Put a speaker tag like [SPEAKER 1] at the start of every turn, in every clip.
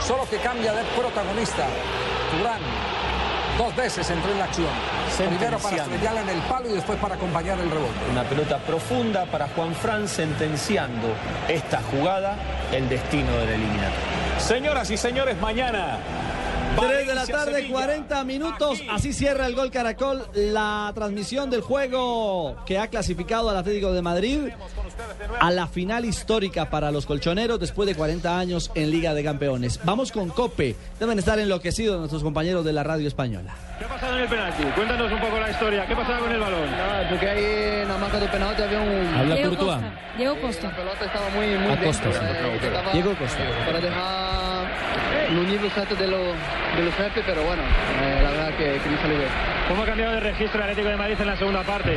[SPEAKER 1] Solo que cambia de protagonista. Durán dos veces entró en la acción. Primero para estrellarla en el palo y después para acompañar el rebote.
[SPEAKER 2] Una pelota profunda para Juan Fran sentenciando esta jugada, el destino del eliminatoria.
[SPEAKER 3] Señoras y señores, mañana
[SPEAKER 4] 3 de la tarde, 40 minutos. Así cierra el gol Caracol la transmisión del juego que ha clasificado al Atlético de Madrid a la final histórica para los colchoneros después de 40 años en Liga de Campeones. Vamos con Cope. Deben estar enloquecidos nuestros compañeros de la radio española.
[SPEAKER 5] ¿Qué ha pasado en el penalti? Cuéntanos un poco la historia. ¿Qué pasaba con el balón?
[SPEAKER 6] Claro, porque ahí en la marca del penalti había un.
[SPEAKER 7] Habla Diego Courtois. Costa.
[SPEAKER 6] Diego Costa. La pelota estaba muy. muy
[SPEAKER 7] a Costa,
[SPEAKER 6] dentro,
[SPEAKER 7] eh,
[SPEAKER 6] que estaba
[SPEAKER 4] Diego Costa.
[SPEAKER 6] Para dejar el unido de los de los jefes, pero bueno, eh, la verdad que, que no salió bien.
[SPEAKER 5] ¿Cómo ha cambiado de registro el Atlético de Madrid en la segunda parte?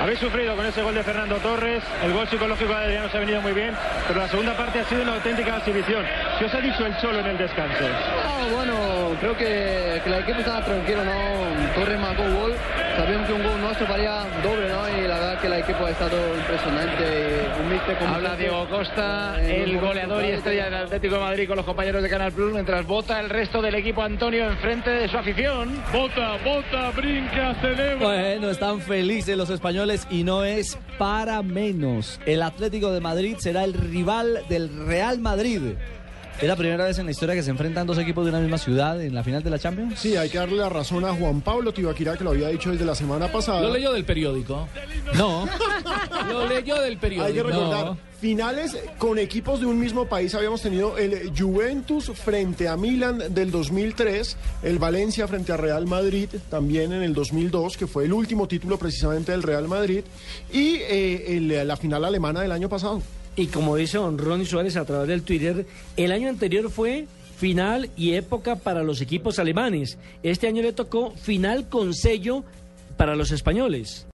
[SPEAKER 5] Habéis sufrido con ese gol de Fernando Torres, el gol psicológico de Adriano se ha venido muy bien, pero la segunda parte ha sido una auténtica exhibición. ¿Qué os ha dicho el Cholo en el descanso?
[SPEAKER 6] Oh, bueno, creo que, que el equipo estaba tranquilo, ¿no? Torres marcó un gol, sabíamos que un gol nuestro valía doble, ¿no? Y la verdad que el equipo ha estado impresionante, y un mixte
[SPEAKER 8] como... Habla Diego Costa, eh, el goleador y estrella del Atlético de Madrid con los compañeros de Canal Plus, mientras vota el resto del equipo Antonio enfrente de su afición.
[SPEAKER 5] Bota, bota, brinca, celebra.
[SPEAKER 4] Bueno, están felices los españoles y no es para menos. El Atlético de Madrid será el rival del Real Madrid. ¿Es la primera vez en la historia que se enfrentan dos equipos de una misma ciudad en la final de la Champions?
[SPEAKER 9] Sí, hay que darle la razón a Juan Pablo Tibaquirá, que lo había dicho desde la semana pasada.
[SPEAKER 7] ¿Lo leyó del periódico? No. ¿Lo leyó del periódico?
[SPEAKER 9] Hay que recordar,
[SPEAKER 7] no.
[SPEAKER 9] finales con equipos de un mismo país. Habíamos tenido el Juventus frente a Milan del 2003, el Valencia frente a Real Madrid también en el 2002, que fue el último título precisamente del Real Madrid, y eh, el, la final alemana del año pasado.
[SPEAKER 10] Y como dice don Ronnie Suárez a través del Twitter, el año anterior fue final y época para los equipos alemanes. Este año le tocó final con sello para los españoles.